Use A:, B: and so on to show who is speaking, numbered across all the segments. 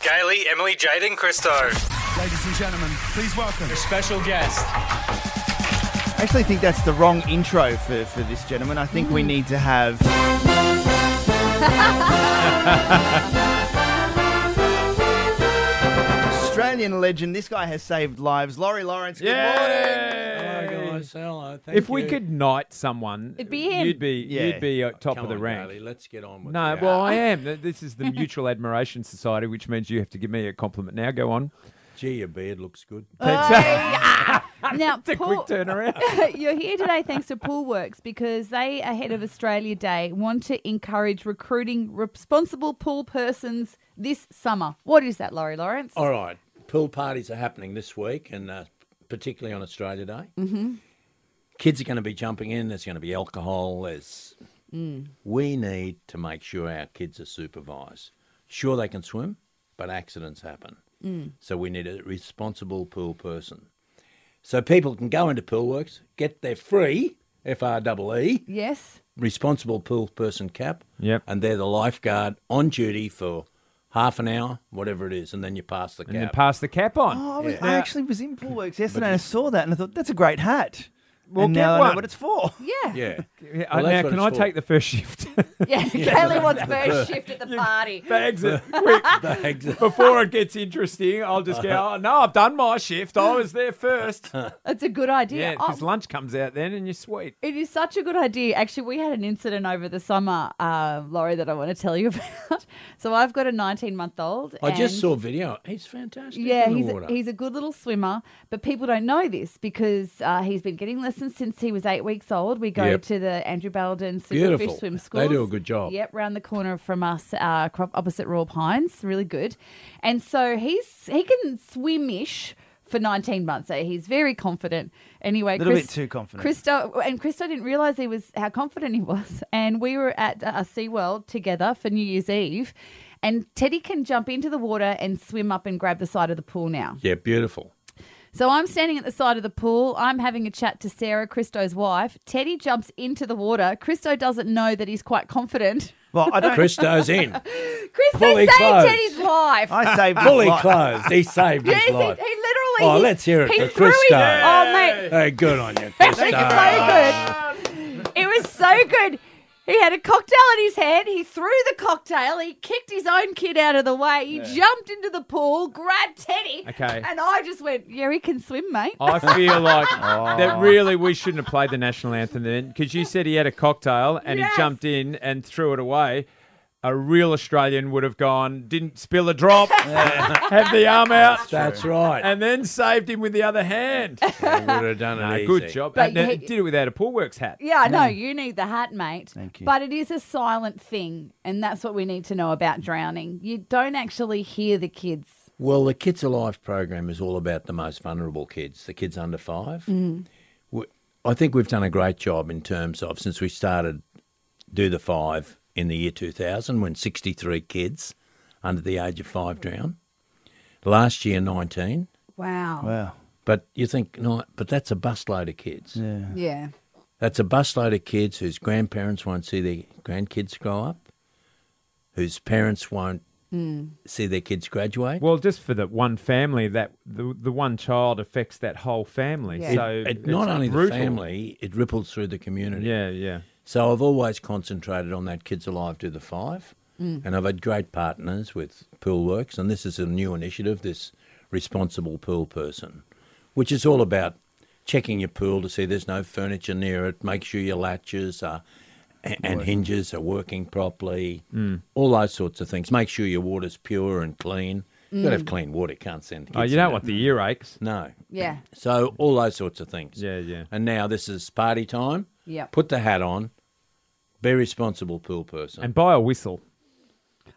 A: Gailey, Emily, Jaden, Christo.
B: Ladies and gentlemen, please welcome.
A: Special guest.
C: I actually think that's the wrong intro for, for this gentleman. I think we need to have. Australian legend. This guy has saved lives. Laurie Lawrence. Good
D: Yeah.
E: Oh, uh,
D: if we could knight someone,
F: It'd be him.
D: You'd be
C: Yeah.
D: you'd be
E: Oh,
D: at top of the rank.
E: let's get on with
D: No, well, I am. Th- This is the Mutual Admiration Society, which means you have to give me a compliment now. Go on.
E: Gee, your beard looks good.
F: Oh, Now,
D: It's a quick
F: Paul,
D: turnaround.
F: you're here today thanks to Poolworks because they, ahead of Australia Day, want to encourage recruiting responsible pool persons this summer. What is that, Laurie Lawrence?
E: All right, pool parties are happening this week, and uh, particularly on Australia Day. Mm-hmm. Kids are going to be jumping in. There's going to be alcohol. There's. We need to make sure our kids are supervised. Sure, they can swim, but accidents happen. So we need a responsible pool person. So people can go into Poolworks, get their free E FREE
F: Yes.
E: responsible pool person cap.
D: Yep.
E: And they're the lifeguard on duty for half an hour, whatever it is, and then you pass the cap.
D: and then pass the cap on.
C: Oh, I, was, I actually was in Poolworks yesterday and I saw that and I thought, that's a great hat. Well, and
D: get
C: now I know
D: one.
C: what it's for.
E: yeah.
F: Yeah.
D: Yeah, uh,
E: Well, that's
D: now,
E: what
D: can
E: it's
D: I
E: for.
D: take the first shift?
F: Yeah. Kaylee wants first shift at the party.
D: Bags it quick.
E: Bags.
D: Before it gets interesting, I'll just go, oh, no, I've done my shift. I was there first.
F: That's a good idea.
D: Yeah,
F: Oh,
D: because lunch comes out then and you're sweet.
F: It is such a good idea. Actually, we had an incident over the summer, uh, Laurie, that I want to tell you about. So I've got a 19 month old.
E: I just
F: and-
E: saw a video. He's fantastic.
F: Yeah,
E: in the
F: he's
E: water.
F: a, he's a good little swimmer, but people don't know this because uh, he's been getting lessons since he was eight weeks old. We go
E: Yep.
F: to the Andrew Baldwin
E: Beautiful.
F: Superfish Swim School.
E: They do a good job.
F: Yep, round the corner from us, uh, across- opposite Royal Pines. Really good. And so he's he can swim-ish for 19 months. So he's very confident. Anyway,
C: Little
F: Chris-
C: bit too confident.
F: Christo and Christo didn't realize he was how confident he was. And we were at uh, SeaWorld together for New Year's Eve. And Teddy can jump into the water and swim up and grab the side of the pool now.
E: yeah, beautiful.
F: So I'm standing at the side of the pool. I'm having a chat to Sarah, Christo's wife. Teddy jumps into the water. Christo doesn't know that he's quite confident.
C: Well, I don't.
E: Christo's in.
F: Christo
E: Fully
F: saved
E: clothed.
F: Teddy's life.
C: I saved his
E: Fully
C: life.
E: clothed. He saved
F: yes, he,
E: his
F: he
E: life.
F: literally.
E: Oh,
F: he-
E: let's hear it
F: He
E: for
F: threw his-
E: Christo.
F: oh, mate.
E: Hey, good on you,
F: It was
E: Christo.
F: so good. It was so good. He had a cocktail in his hand. He threw the cocktail. He kicked his own kid out of the way. He jumped into the pool, grabbed Teddy.
D: Okay.
F: And I just went, yeah, he can swim, mate.
D: I feel like
F: Oh.
D: that really we shouldn't have played the national anthem then because you said he had a cocktail and
F: Yes.
D: he jumped in and threw it away. A real Australian would have gone, didn't spill a drop, have the arm out,
E: That's right.
D: and then saved him with the other hand.
E: I would have done it
D: Nah,
E: easy.
D: good job.
F: But
D: Now,
F: he-
D: did it without a pool works hat.
F: Yeah, I know. You need the hat, mate.
C: Thank you.
F: But it is a silent thing. And that's what we need to know about drowning. You don't actually hear the kids.
E: Well, the Kids Alive program is all about the most vulnerable kids, the kids under five. We- I think we've done a great job in terms of since we started Do the Five in the year 2000 when 63 kids under the age of five drowned. Last year, 19.
F: Wow.
C: Wow.
E: But you think, no, but that's a busload of kids.
F: yeah.
E: That's a busload of kids whose grandparents won't see their grandkids grow up, whose parents won't see their kids graduate.
D: Well, just for the one family, that the, the one child affects that whole family.
F: Yeah.
D: So
E: it,
D: it's
E: not only
D: brutal.
E: the family, it ripples through the community.
D: Yeah, yeah.
E: So I've always concentrated on that Kids Alive Do the Five, and I've had great partners with Pool Works, and this is a new initiative, this responsible pool person, which is all about checking your pool to see there's no furniture near it, make sure your latches are, and, and hinges are working properly,
D: Mm.
E: all those sorts of things. Make sure your water's pure and clean. You've got to have clean water, can't send kids
D: Oh, you
E: in
D: don't
E: it.
D: want the earaches.
E: No.
F: Yeah.
E: So all those sorts of things.
D: Yeah, yeah.
E: And now this is party time.
F: Yep.
E: Put the hat on. Be responsible pool person.
D: And buy a whistle.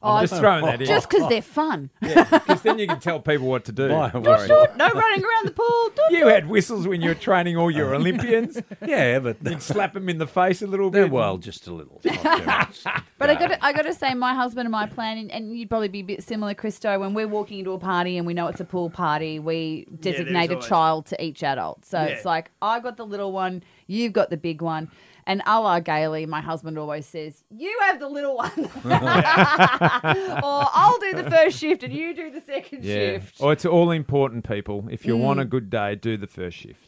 F: Oh,
D: Just throwing that in.
F: just because they're fun.
D: Because then you can tell people what to do.
E: Buy a warranty.
F: No running around the pool.
D: You had whistles when you were training all your Olympians.
E: yeah, but
D: You'd slap them in the face a little
E: they're
D: bit.
E: well, just a little. Not too much.
F: But I got to, I got to say, my husband and my plan, and, and you'd probably be a bit similar, Christo. When we're walking into a party and we know it's a pool party, we designate a
C: always-
F: child to each adult. So
C: Yeah.
F: it's like I got the little one, you've got the big one, And a la Gailey, my husband always says, You have the little one. or I'll do the first shift and you do the second shift. Mm.
D: Or Oh, it's all important, people. If you want a good day, do the first shift.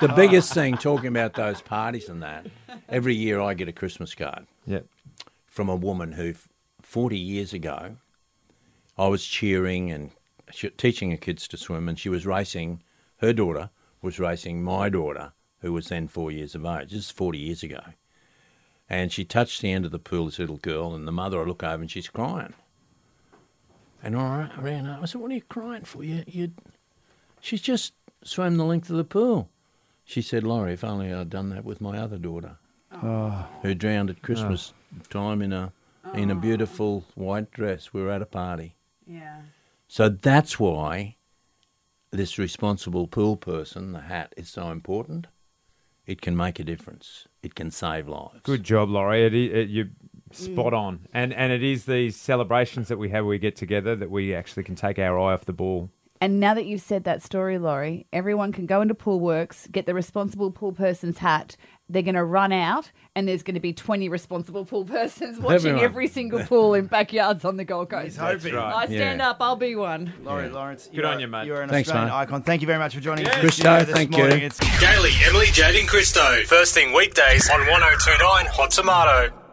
E: The biggest thing, talking about those parties and that, every year I get a Christmas card
D: Yeah.
E: from a woman who, f- 40 years ago, I was cheering and sh- teaching her kids to swim, and she was racing, her daughter was racing my daughter, who was then four years of age. This is 40 years ago. And she touched the end of the pool, this little girl, and the mother, I look over and she's crying. And I ra- ran up. I said, What are you crying for? You, you... She's just swam the length of the pool. She said, Laurie, if only I'd done that with my other daughter, who drowned at Christmas time in a, in a beautiful white dress. We were at a party.
F: Yeah.
E: So that's why this responsible pool person, the hat, is so important. It can make a difference. It can save lives.
D: Good job, Laurie. It, i- it, you spot
F: Mm.
D: on. And and it is these celebrations that we have, we get together, that we actually can take our eye off the ball.
F: And now that you've said that story, Laurie, everyone can go into Pool Works, get the responsible pool person's hat. They're going to run out, and there's going to be 20 responsible pool persons watching
E: Everyone.
F: every single pool in backyards on the Gold Coast.
C: hoping.
F: I stand up, I'll be one.
C: Laurie Lawrence. you
D: Good on
C: are-
D: you, mate.
C: You are an
E: Thanks,
C: Australian
E: mate.
C: icon. Thank you very much for joining us.
E: Christo,
C: this
E: thank
C: morning.
E: you.
C: It's
A: Daily Emily, Jade, and Christo. First thing weekdays on 1029 Hot Tomato.